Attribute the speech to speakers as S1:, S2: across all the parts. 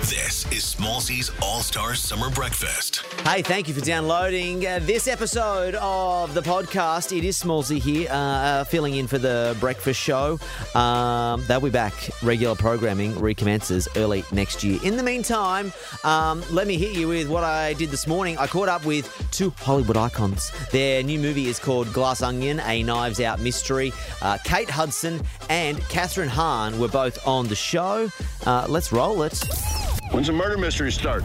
S1: This is Smallsy's All Star Summer Breakfast.
S2: Hey, thank you for downloading uh, this episode of the podcast. It is Smallsy here, uh, uh, filling in for the breakfast show. Um, they'll be back. Regular programming recommences early next year. In the meantime, um, let me hit you with what I did this morning. I caught up with two Hollywood icons. Their new movie is called Glass Onion, a Knives Out mystery. Uh, Kate Hudson and Catherine Hahn were both on the show. Uh, let's roll it.
S3: When's the murder mystery start?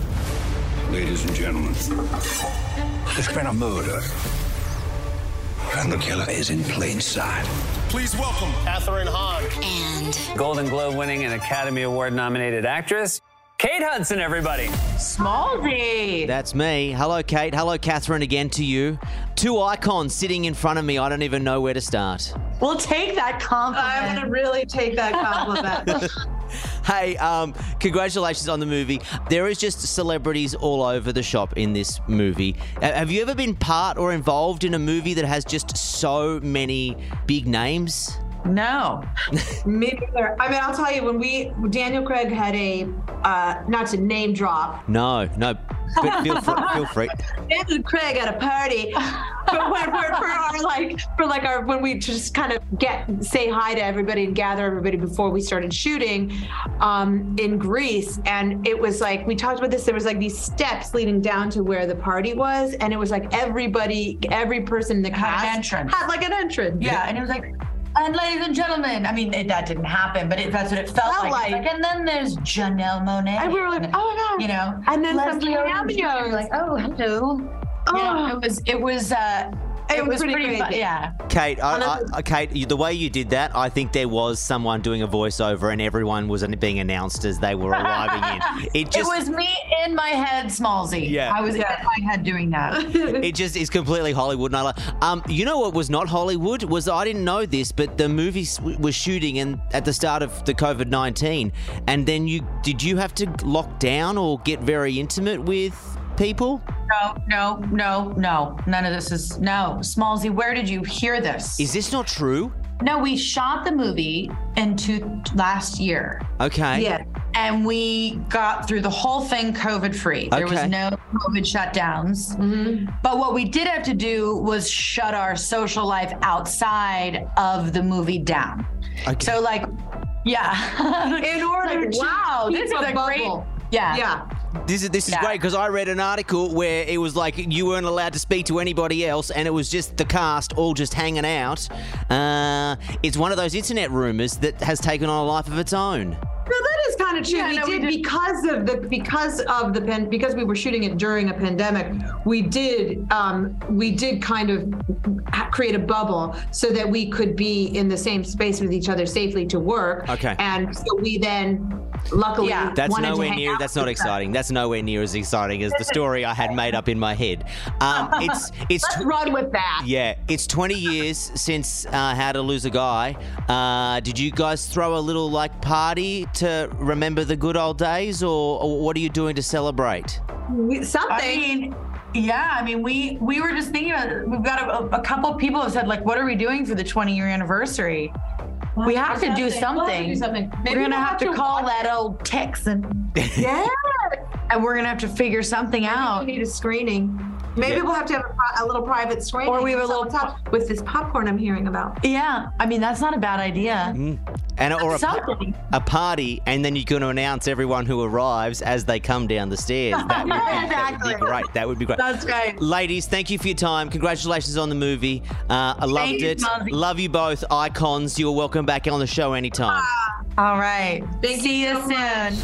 S4: Ladies and gentlemen, there's been a murder. And the killer is in plain sight.
S5: Please welcome Catherine Hahn.
S6: and
S7: Golden Globe winning and Academy Award nominated actress, Kate Hudson, everybody.
S8: Smallsy.
S2: That's me. Hello, Kate. Hello, Catherine, again to you. Two icons sitting in front of me. I don't even know where to start.
S8: We'll take that compliment.
S9: I'm gonna really take that compliment.
S2: Hey, um, congratulations on the movie. There is just celebrities all over the shop in this movie. Uh, Have you ever been part or involved in a movie that has just so many big names?
S8: no.
S9: Me neither. I mean, I'll tell you when we Daniel Craig had a uh, not to name drop.
S2: No, no. But feel, fr- feel free.
S9: Daniel Craig at a party, but when we're for our like for like our when we just kind of get say hi to everybody and gather everybody before we started shooting um, in Greece, and it was like we talked about this. There was like these steps leading down to where the party was, and it was like everybody, every person in the
S8: Had an
S9: cast
S8: entrance.
S9: had like an entrance.
S8: Yeah, and it was like, and ladies and gentlemen, I mean, it, that didn't happen, but it, that's what it felt,
S9: Felt
S8: like. It's
S9: like.
S8: And then there's Janelle Monet.
S9: And we were like, oh my god,
S8: you know,
S9: And then some
S8: Leslie Odom Jr.
S9: cameos.
S8: Like, oh, hello. You know,
S9: Oh.
S8: it was, it was, uh, it, was pretty, fun.
S9: crazy.
S8: Yeah.
S2: Kate, I,
S9: Another-
S2: I, uh, Kate, you- the way you did that, I think there was someone doing a voiceover, and everyone was being announced as they were arriving in. It just
S8: it was me in my head, Smallsy.
S2: Yeah.
S8: I was in my head doing that.
S2: It just is completely Hollywood. And I like, um, you know what was not Hollywood was I didn't know this, but the movie s- was shooting and at the start of the COVID nineteen, and then you did you have to lock down or get very intimate with people?
S8: no, no, no, no. None of this is, no. Smallsy, where did you hear this?
S2: Is this not true?
S8: no, we shot the movie in two, last year.
S2: Okay.
S9: Yeah.
S8: and we got through the whole thing COVID free. There was
S2: Okay.
S8: no COVID shutdowns. But what we did have to do was shut our social life outside of the movie down.
S2: Okay.
S8: So, like, yeah.
S9: In order to
S8: wow,
S9: keep
S8: this is
S9: a
S8: a
S9: bubble.
S8: great. Yeah.
S9: Yeah.
S2: This is this is
S8: Yeah.
S2: great because I read an article where it was like you weren't allowed to speak to anybody else, and it was just the cast all just hanging out. Uh, it's one of those internet rumors that has taken on a life of its own.
S9: No, that is kind of true.
S8: Yeah,
S9: we,
S8: no, we
S9: did
S8: did-
S9: because of the because of the pen because we were shooting it during a pandemic. We did um, we did kind of ha- create a bubble so that we could be in the same space with each other safely to work.
S2: Okay.
S9: And so we then, luckily,
S8: Yeah.
S2: That's
S9: wanted to
S2: nowhere
S9: hang
S2: near.
S9: out
S2: That's not
S9: with them.
S2: exciting. That's nowhere near as exciting as the story I had made up in my head. Um, it's it's tw-
S9: Run with that.
S2: yeah. It's 20 years since uh, How to Lose a Guy. Uh, did you guys throw a little like party to remember the good old days, or, or what are you doing to celebrate?
S9: We- Something.
S8: I mean, yeah, I mean, we we were just thinking about it. We've got a, a couple of people have said like, what are we doing for the 20 year anniversary? We have to do
S9: We'll have to do
S8: something.
S9: something. Maybe
S8: we're gonna
S9: we'll
S8: have, to call that old Texan,
S9: Yeah.
S8: and we're gonna have to figure something
S9: We
S8: out.
S9: need a screening. Maybe
S2: Yeah.
S9: we'll have to have a, pri- a little private screening.
S8: Or we have a little-
S9: top with this popcorn I'm hearing about.
S8: Yeah, I mean that's not a bad idea.
S2: And or a,
S8: Something.
S2: a party, and then you're going to announce everyone who arrives as they come down the stairs. That would be, that would be
S9: Exactly.
S2: great. That would be great.
S9: That's right.
S2: Ladies, thank you for your time. Congratulations on the movie. Uh, I loved
S8: Thank you,
S2: it.
S8: Mumsy.
S2: Love you both, icons. You're welcome back on the show anytime.
S8: All right. See you, soon.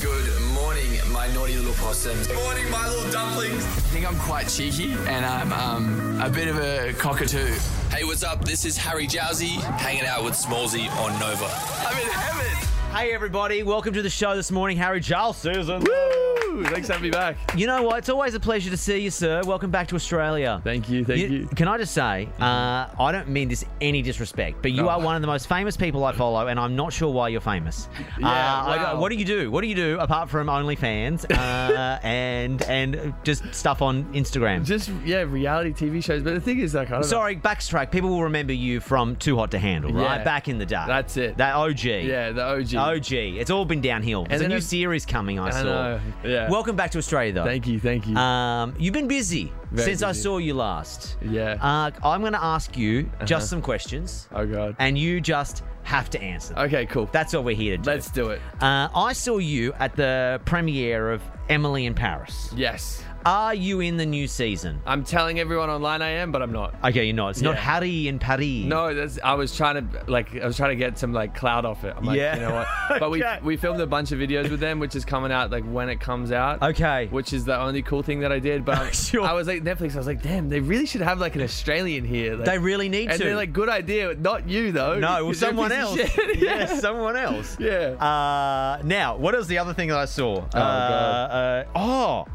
S10: Good morning, my naughty little possums.
S5: Morning, my little dumplings.
S10: I think I'm quite cheeky and I'm um, a bit of a cockatoo. Hey, what's up? This is Harry Jowsey hanging out with Smallsy on Nova. I'm in heaven.
S2: Hey, everybody, welcome to the show this morning. Harry Giles Susan.
S6: Woo! Thanks for having me back.
S2: You know what? It's always a pleasure to see you, sir. Welcome back to Australia.
S6: Thank you, thank you. Mm-hmm.
S2: Can I just say, uh, I don't mean this any disrespect, but you
S6: No.
S2: are one of the most famous people I follow, and I'm not sure why you're famous. Uh,
S6: Yeah,
S2: I don't-
S6: wow.
S2: what do you do? What do you do apart from OnlyFans uh, and and just stuff on Instagram?
S6: Just yeah, reality TV shows. But the thing is, like, I don't know.
S2: Sorry, backstrack. People will remember you from Too Hot to Handle, right?
S6: Yeah.
S2: Back in the day.
S6: That's it.
S2: That OG.
S6: Yeah, the OG.
S2: OG. It's all been downhill. There's a
S6: then
S2: new
S6: I'm-
S2: series coming, I,
S6: I
S2: saw.
S6: know, yeah.
S2: Welcome back to Australia, though.
S6: Thank you, thank you.
S2: Um, you've been busy
S6: Mm-hmm. Very
S2: since I
S6: busy.
S2: saw you last.
S6: Yeah. Uh-huh.
S2: Uh, I'm going to ask you just some questions,
S6: oh god.
S2: and you just have to answer. them.
S6: Okay, cool.
S2: That's what we're here to do.
S6: Let's do it.
S2: Uh, I saw you at the premiere of Emily in Paris.
S6: Yes,
S2: Are you in the new season?
S6: I'm telling everyone online I am, but I'm not.
S2: Okay, you're not. It's not
S6: Uh, Yeah.
S2: Harry in Paris.
S6: No, that's, I was trying to like I was trying to get some like cloud off it. I'm like,
S2: Yeah.
S6: you know what? But
S2: Okay.
S6: we we filmed a bunch of videos with them, which is coming out like when it comes out.
S2: Okay.
S6: Which is the only cool thing that I did. But I-
S2: Sure.
S6: I was like Netflix. I was like, damn, they really should have like an Australian here. Like,
S2: They really need
S6: and
S2: to.
S6: they're like, good idea. Not you though.
S2: No, well,
S6: You're a
S2: someone
S6: piece
S2: else.
S6: of shit.
S2: yeah, someone else.
S6: Yeah.
S2: Uh, now, what is the other thing that I saw? Oh, uh,
S6: God.
S2: uh, oh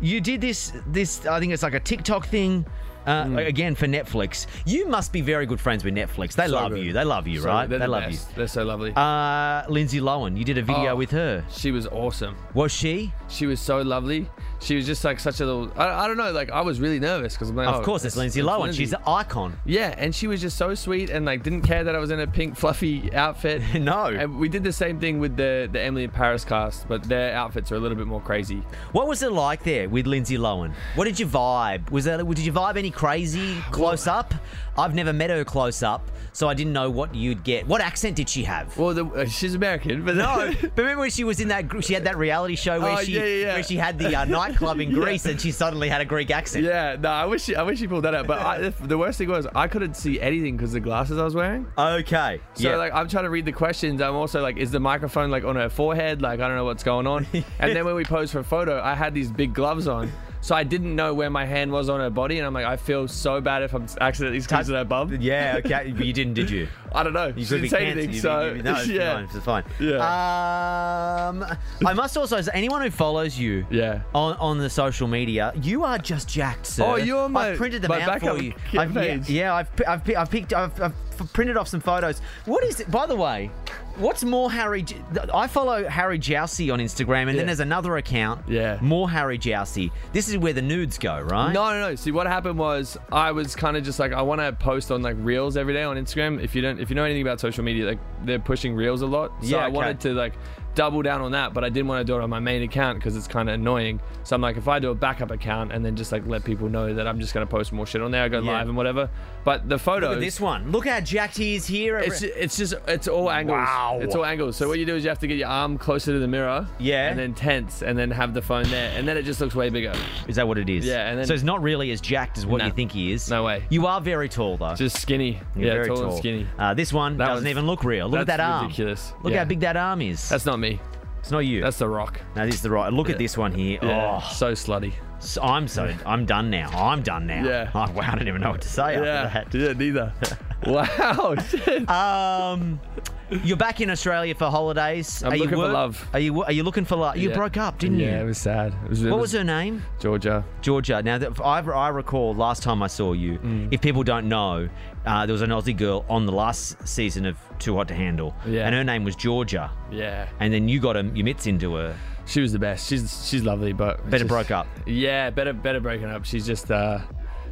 S2: you did this. This I think it's like a TikTok thing. Uh,
S6: Hmm.
S2: Again for Netflix, you must be very good friends with Netflix. They
S6: So
S2: love
S6: good.
S2: you. They love you,
S6: So
S2: right?
S6: They're
S2: they
S6: the
S2: love
S6: best. They're so lovely.
S2: you. Uh, Lindsay Lohan, you did a video
S6: Oh.
S2: with her.
S6: she was awesome.
S2: Was she?
S6: She was so lovely. She was just like such a little. I, I don't know. Like I was really nervous because I'm like,
S2: of
S6: oh,
S2: course, it's Lindsay Lohan. She's an icon.
S6: Yeah, and she was just so sweet and like didn't care that I was in a pink fluffy outfit.
S2: No.
S6: And we did the same thing with the the Emily in Paris cast, but their outfits are a little bit more crazy.
S2: What was it like there with Lindsay Lohan? What did you vibe? Was that did you vibe any crazy close up? I've never met her close up, so I didn't know what you'd get. What accent did she have?
S6: Well, the, uh, she's American, but
S2: No, but remember when she was in that gr- she had that reality show where
S6: Oh,
S2: she
S6: yeah, yeah, yeah.
S2: where she had the uh, nightclub in Greece and she suddenly had a Greek accent.
S6: yeah, no, I wish she, I wish she pulled that out. But I, the worst thing was I couldn't see anything because the glasses I was wearing.
S2: Okay.
S6: So
S2: yeah.
S6: like I'm trying to read the questions. I'm also like, is the microphone like on her forehead? Like I don't know what's going on. and then when we posed for a photo, I had these big gloves on, so I didn't know where my hand was on her body, and I'm like, I feel so bad if I'm accidentally touching her bum.
S2: yeah. Okay. But you didn't, did you?
S6: I don't know.
S2: You
S6: she didn't say anything. So
S2: no, it's
S6: yeah,
S2: fine. It's fine.
S6: Yeah.
S2: Um, I must also say, anyone who follows you,
S6: Yeah.
S2: on, on the social media, you are just jacked, sir.
S6: Oh, you're my-
S2: I've printed them
S6: my
S2: out for
S6: backup
S2: you.
S6: kit
S2: I've, yeah,
S6: page.
S2: yeah, I've, pi- I've, pi- I've picked, I've, I've f- printed off some photos. What is it? By the way, what's more Harry? J- I follow Harry Jousey on Instagram, and then
S6: Yeah.
S2: there's another account.
S6: Yeah.
S2: more Harry Jousey. This is where the nudes go, right?
S6: No, no, no. See, what happened was I was kind of just like I want to post on like reels every day on Instagram. If you don't, if you know anything about social media, like they're pushing reels a lot. So
S2: Yeah,
S6: I
S2: okay.
S6: wanted to like double down on that, but I didn't want to do it on my main account because it's kind of annoying. So I'm like, if I do a backup account and then just like let people know that I'm just gonna post more shit on there, I go
S2: Yeah.
S6: live and whatever. But the
S2: Look
S6: photos,
S2: at this one. Look how jacked he is here.
S6: it's ju- it's just it's all angles.
S2: Wow.
S6: It's all angles. So what you do is you have to get your arm closer to the mirror.
S2: Yeah.
S6: And then tense, and then have the phone there, and then it just looks way bigger.
S2: Is that what it is?
S6: Yeah, and then-
S2: so it's not really as jacked as what
S6: No.
S2: you think he is.
S6: No way.
S2: You are very tall though.
S6: Just skinny.
S2: You're
S6: yeah,
S2: very
S6: tall, and skinny.
S2: Uh, this one
S6: That
S2: doesn't
S6: one's-
S2: even look real. Look at
S6: that's
S2: that arm.
S6: ridiculous.
S2: Look
S6: Yeah.
S2: how big that arm is.
S6: That's not me.
S2: it's not you.
S6: That's the rock.
S2: no, this is the right. Look at this one here.
S6: Yeah.
S2: Oh,
S6: So slutty.
S2: so- I'm so I'm done now. I'm done now.
S6: Yeah.
S2: Oh, wow, I didn't even know what to say after
S6: Yeah, neither. wow. shit.
S2: that. Um, you're back in Australia for holidays.
S6: I'm
S2: are you
S6: looking for
S2: wor-
S6: love.
S2: Are you are you looking for love? You
S6: Yeah.
S2: broke up, didn't
S6: Yeah, it
S2: you?
S6: was sad. It was, it
S2: what was her name?
S6: Georgia.
S2: Georgia. Now, that I, I recall last time I saw you,
S6: Mm.
S2: if people don't know, uh, there was an Aussie girl on the last season of Too Hot to Handle,
S6: Yeah.
S2: and her name was Georgia.
S6: Yeah.
S2: And then you got him, you mitts into her,
S6: She was the best. She's she's lovely, but
S2: but it
S6: just-
S2: broke up.
S6: Yeah, better better breaking up. She's just uh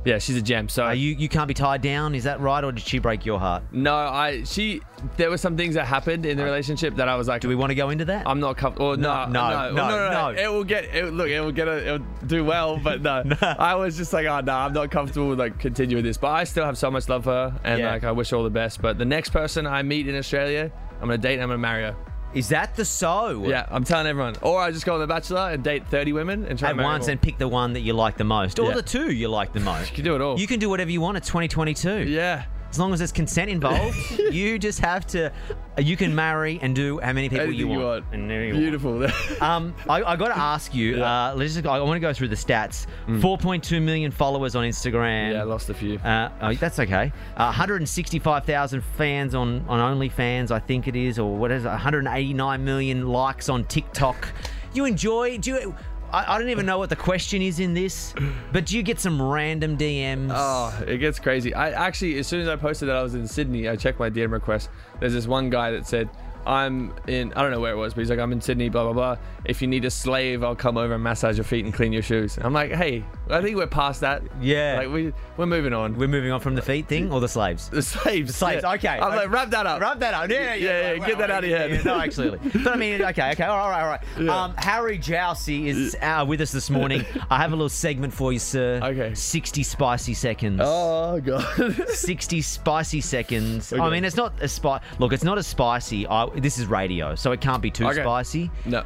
S6: yeah, she's a gem. So
S2: Are you you can't be tied down, is that right? Or did she break your heart?
S6: no, I she there were some things that happened in the relationship that I was
S2: Uh,
S6: like
S2: Do we want to go into that?
S6: I'm not comfortable. No,
S2: no,
S6: no,
S2: no, no.
S6: It will get. It, look, it will get. A, it'll do well, but no. I was just like, oh no, I'm not comfortable with like continuing this. But I still have so much love for her, and
S2: Yeah.
S6: like I wish her all the best. But the next person I meet in Australia, I'm gonna date. and I'm gonna marry her.
S2: is that the so?
S6: Yeah, I'm telling everyone. Or I just go on The Bachelor and date 30 women and try
S2: At
S6: and marry
S2: once
S6: them
S2: and pick the one that you like the most, or
S6: Yeah.
S2: the two you like the most.
S6: You can do it all.
S2: You can do whatever you want. It's 2022.
S6: all. Yeah.
S2: As long as there's consent involved, you just have to. You can marry and do how many people
S6: Anything
S2: you want. And there you want.
S6: Beautiful.
S2: Um, I, I got to ask you. Uh, let's just. I want to go through the stats. 4.2 million followers on Instagram.
S6: Mm. yeah, I lost a few.
S2: Uh, oh, that's okay. Uh, 165,000 fans on on OnlyFans, I think it is, or what is it? 189 million likes on TikTok. You enjoy? Do you? I, I don't even know what the question is in this, but do you get some random DMs?
S6: Oh, it gets crazy. I actually, as soon as I posted that I was in Sydney, I checked my DM request. There's this one guy that said, "I'm in," I don't know where it was, but he's like, "I'm in Sydney, blah blah blah. If you need a slave, I'll come over and massage your feet and clean your shoes." I'm like, "Hey, I think we're past that.
S2: Yeah.
S6: like we we're moving on.
S2: We're moving on from the feet thing or the slaves?
S6: the slaves,
S2: Slaves,
S6: yeah.
S2: okay.
S6: I'm like, wrap that up.
S2: Wrap that up. Yeah, yeah,
S6: yeah. yeah,
S2: Wow,
S6: get that
S2: wow,
S6: out of your
S2: yeah,
S6: head.
S2: yeah, no, actually. But I mean, okay, okay. All right, all right. Um, Harry Jousey is uh, with us this morning. I have a little segment for you, sir.
S6: Okay.
S2: 60 spicy seconds.
S6: Oh god.
S2: 60 spicy seconds. I
S6: Okay.
S2: mean, it's not as spicy. Look, it's not as spicy. I, this is radio, so it can't be too
S6: Okay.
S2: spicy.
S6: No,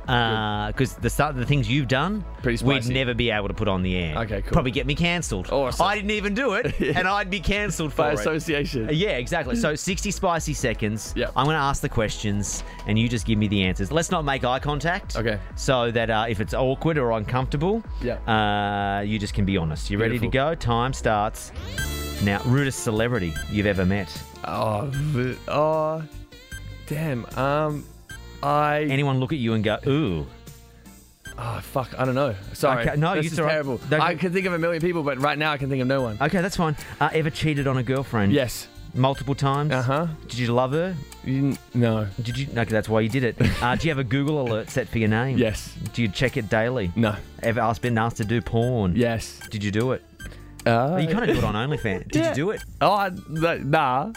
S2: Because the start the things you've done,
S6: Pretty
S2: we'd
S6: spicy.
S2: never be able to put on the air.
S6: Okay, cool.
S2: Probably get me cancelled.
S6: Awesome.
S2: I didn't even do it, and I'd be cancelled for
S6: By
S2: it.
S6: association.
S2: Uh, Yeah, exactly. So 60 spicy seconds.
S6: Yep.
S2: I'm going to ask the questions and you just give me the answers. Let's not make eye contact.
S6: Okay.
S2: So that uh, if it's awkward or uncomfortable,
S6: Yep.
S2: uh, you just can be honest. You ready to
S6: Beautiful.
S2: go? Time starts now. Rudest celebrity you've ever met.
S6: Oh, v- oh, damn. Um, I.
S2: Anyone look at you and go, ooh.
S6: Oh, fuck. I don't know. Sorry.
S2: Okay, no,
S6: this
S2: you-
S6: is
S2: it's all right.
S6: terrible.
S2: Don't-
S6: I could think of a million people, but right now I can think of no one.
S2: Okay, that's fine. Uh, ever cheated on a girlfriend?
S6: Yes.
S2: Multiple times?
S6: Uh-huh.
S2: Did you love her?
S6: You- No.
S2: Did you? Okay, that's why you did it. Uh, do you have a Google alert set for your name?
S6: Yes.
S2: Do you check it daily?
S6: No.
S2: Ever asked, been asked to do porn?
S6: Yes.
S2: Did you do it?
S6: Uh,
S2: You kind of do it on OnlyFans. Did you
S6: Yeah.
S2: do it?
S6: Oh, I, th- nah.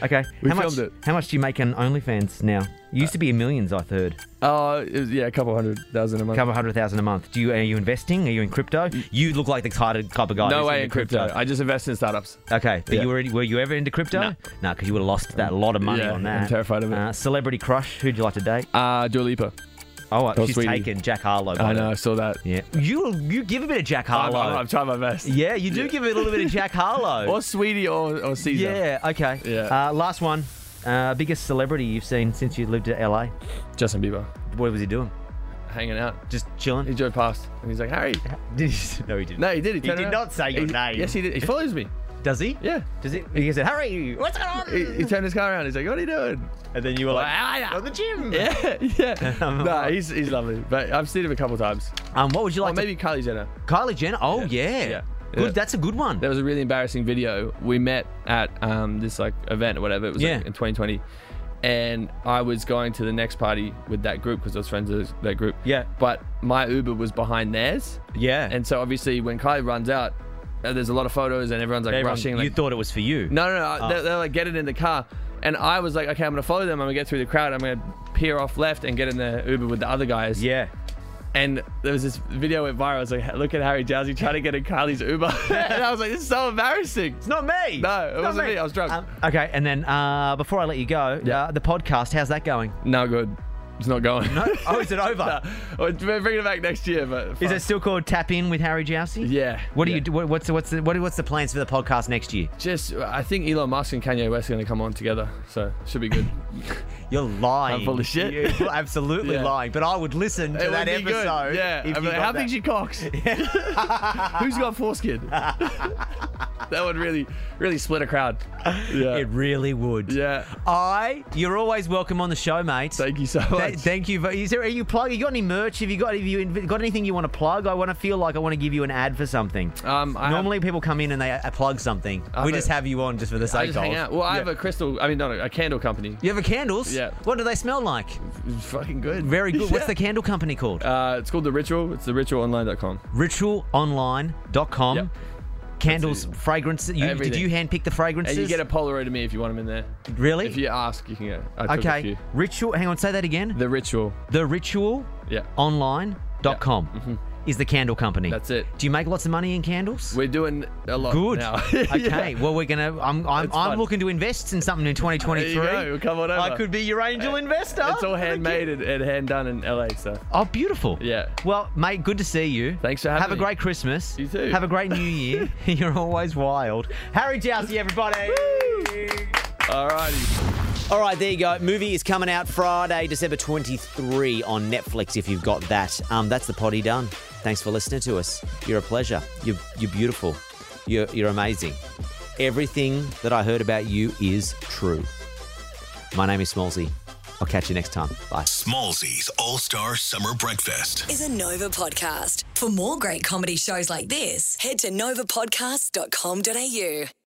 S2: Okay.
S6: We
S2: how much?
S6: filmed it.
S2: How much do you make on OnlyFans now? You used to be in millions, I heard.
S6: Oh, it was- yeah, a couple hundred thousand a month.
S2: Couple hundred thousand a month. Do you? Are you investing? Are you in crypto? You look like the type of type of guy.
S6: no
S2: who's
S6: way
S2: into
S6: in crypto. I just invest in startups.
S2: Okay, but
S6: Yeah.
S2: you were were you ever into crypto? No, because you would have lost that lot of money
S6: Yeah,
S2: on
S6: I'm
S2: that.
S6: terrified of it.
S2: Uh, celebrity crush? Who'd you like to date?
S6: Uh, Dua Lipa.
S2: Oh, uh,
S6: Oh,
S2: she's
S6: sweetie.
S2: taken Jack Harlow. by
S6: I
S2: the-
S6: know. I saw that.
S2: Yeah, you you give a bit of Jack
S6: I'm,
S2: Harlow.
S6: I'm, I'm trying my best.
S2: yeah, you do give a little bit of Jack Harlow.
S6: Or Sweetie or, or Caesar.
S2: Yeah. Okay.
S6: Yeah.
S2: Uh, last one. Uh, biggest celebrity you've seen since you lived at LA?
S6: Justin Bieber.
S2: What was he doing?
S6: Hanging out.
S2: Just
S6: He
S2: chilling.
S6: drove past and he's like, Harry.
S2: Did he- no, he didn't.
S6: No, he did. He,
S2: He
S6: turned
S2: did
S6: around.
S2: not say your
S6: He-
S2: name.
S6: Yes, he did. He follows me.
S2: Does he?
S6: Yeah.
S2: Does he? He said, "Hurry, what's going on?"
S6: He, he turned his car around. He's like, "What are you doing?"
S2: And then you were like,
S6: "On
S2: the gym."
S6: Yeah, yeah. nah, he's, he's lovely. But I've seen him a couple times.
S2: Um, what would you
S6: Or
S2: like?
S6: maybe Kylie Jenner.
S2: to- Kylie Jenner. Oh yeah.
S6: yeah, yeah.
S2: Good. That's a good one.
S6: There was a really embarrassing video. We met at um, this like event or whatever. It was like,
S2: Yeah.
S6: in 2020, and I was going to the next party with that group because I was friends with that group.
S2: Yeah.
S6: But my Uber was behind theirs,
S2: Yeah.
S6: and so obviously when Kylie runs out, uh, there's a lot of photos and everyone's like
S2: Everyone-
S6: rushing.
S2: you
S6: Like,
S2: thought Ah. it was for you.
S6: No, no, no. They're, they're like, get it in the car. And I was like, okay, I'm gonna follow them. I'm gonna get through the crowd. I'm gonna peer off left and get in the Uber with the other guys.
S2: Yeah.
S6: And there was this video went viral. It's like, look at Harry Jowsey trying to get in Kylie's Uber. and I was like, this is so embarrassing.
S2: It's not me.
S6: No, it
S2: It's not
S6: wasn't me. I was drunk.
S2: Um, okay. And then uh, before I let you go,
S6: Yeah.
S2: uh, the podcast. How's that going?
S6: No good. It's not going.
S2: No. Oh, is it over?
S6: Nah. We're bringing it back next year, but
S2: Is
S6: fuck.
S2: it still called Tap In with Harry Jousey?
S6: Yeah,
S2: What do
S6: yeah.
S2: you do? what- What's the, what's the, what, are- what's the plans for the podcast next year?
S6: just? I think Elon Musk and Kanye West are gonna come on together, so should be good.
S2: You're lying.
S6: I'm full of shit.
S2: You're absolutely
S6: Yeah.
S2: lying. But I would listen to
S6: It
S2: that
S6: would be good.
S2: episode.
S6: Yeah.
S2: If
S6: I
S2: you
S6: mean,
S2: got
S6: how
S2: that.
S6: big's your cocks? Who's got foreskin? that would really, really split a crowd. Yeah.
S2: It really would.
S6: yeah.
S2: I. You're always welcome on the show, mate.
S6: Thank you so much.
S2: Th- thank you. Is there? Are you plug? You got any merch? Have you got? Have you inv- got anything you want to plug? I want to feel like I want to give you an ad for something.
S6: Um, I have-
S2: Normally people come in and they uh, plug something.
S6: I
S2: we
S6: have
S2: just
S6: a-
S2: have you on just for the sake
S6: I just
S2: of.
S6: hang out. Well, I have
S2: Yeah.
S6: a crystal. I mean, not a, a candle company.
S2: You have a candles.
S6: Yeah.
S2: What do they smell like?
S6: It's fucking good.
S2: Very good. What's
S6: Yeah.
S2: the candle company called?
S6: Uh, it's called the Ritual. It's the ritualonline.com.
S2: ritualonline.com.
S6: Yep.
S2: Candles,
S6: That's
S2: fragrances. You, did
S6: Everything.
S2: you handpick the fragrances?
S6: And you get a Polaroid of me if you want them in there.
S2: really?
S6: If you ask, you can get. I took A
S2: okay.
S6: few.
S2: Ritual. Hang on. Say that again.
S6: The Ritual.
S2: The ritual
S6: Yeah.
S2: Oh. online.com is the candle company.
S6: Mm-hmm. That's it.
S2: Do you make lots of money in candles?
S6: We're doing a lot
S2: Good.
S6: now.
S2: okay.
S6: Yeah.
S2: Well, we're gonna. I'm. I'm,
S6: It's
S2: I'm
S6: fun.
S2: looking to invest in something in 2023.
S6: There you go, come on
S2: I
S6: over.
S2: could be your angel investor.
S6: It's all handmade and, and hand done in LA. So
S2: Oh, beautiful.
S6: Yeah.
S2: Well, mate, good to see you.
S6: Thanks for
S2: Have
S6: having
S2: a
S6: me.
S2: great Christmas.
S6: You too.
S2: Have a great New Year. You're always wild. Harry Jousey, everybody.
S6: alrighty.
S2: All right, there you go. Movie is coming out Friday, December 23 on Netflix if you've got that. Um, that's the potty done. Thanks for listening to us. You're a pleasure. You're, you're beautiful. You're, you're amazing. Everything that I heard about you is true. My name is Smallsy. I'll catch you next time. Bye.
S1: Smallsy's All Star Summer Breakfast.
S8: Is a Nova podcast. For more great comedy shows like this, head to novapodcast.com.au.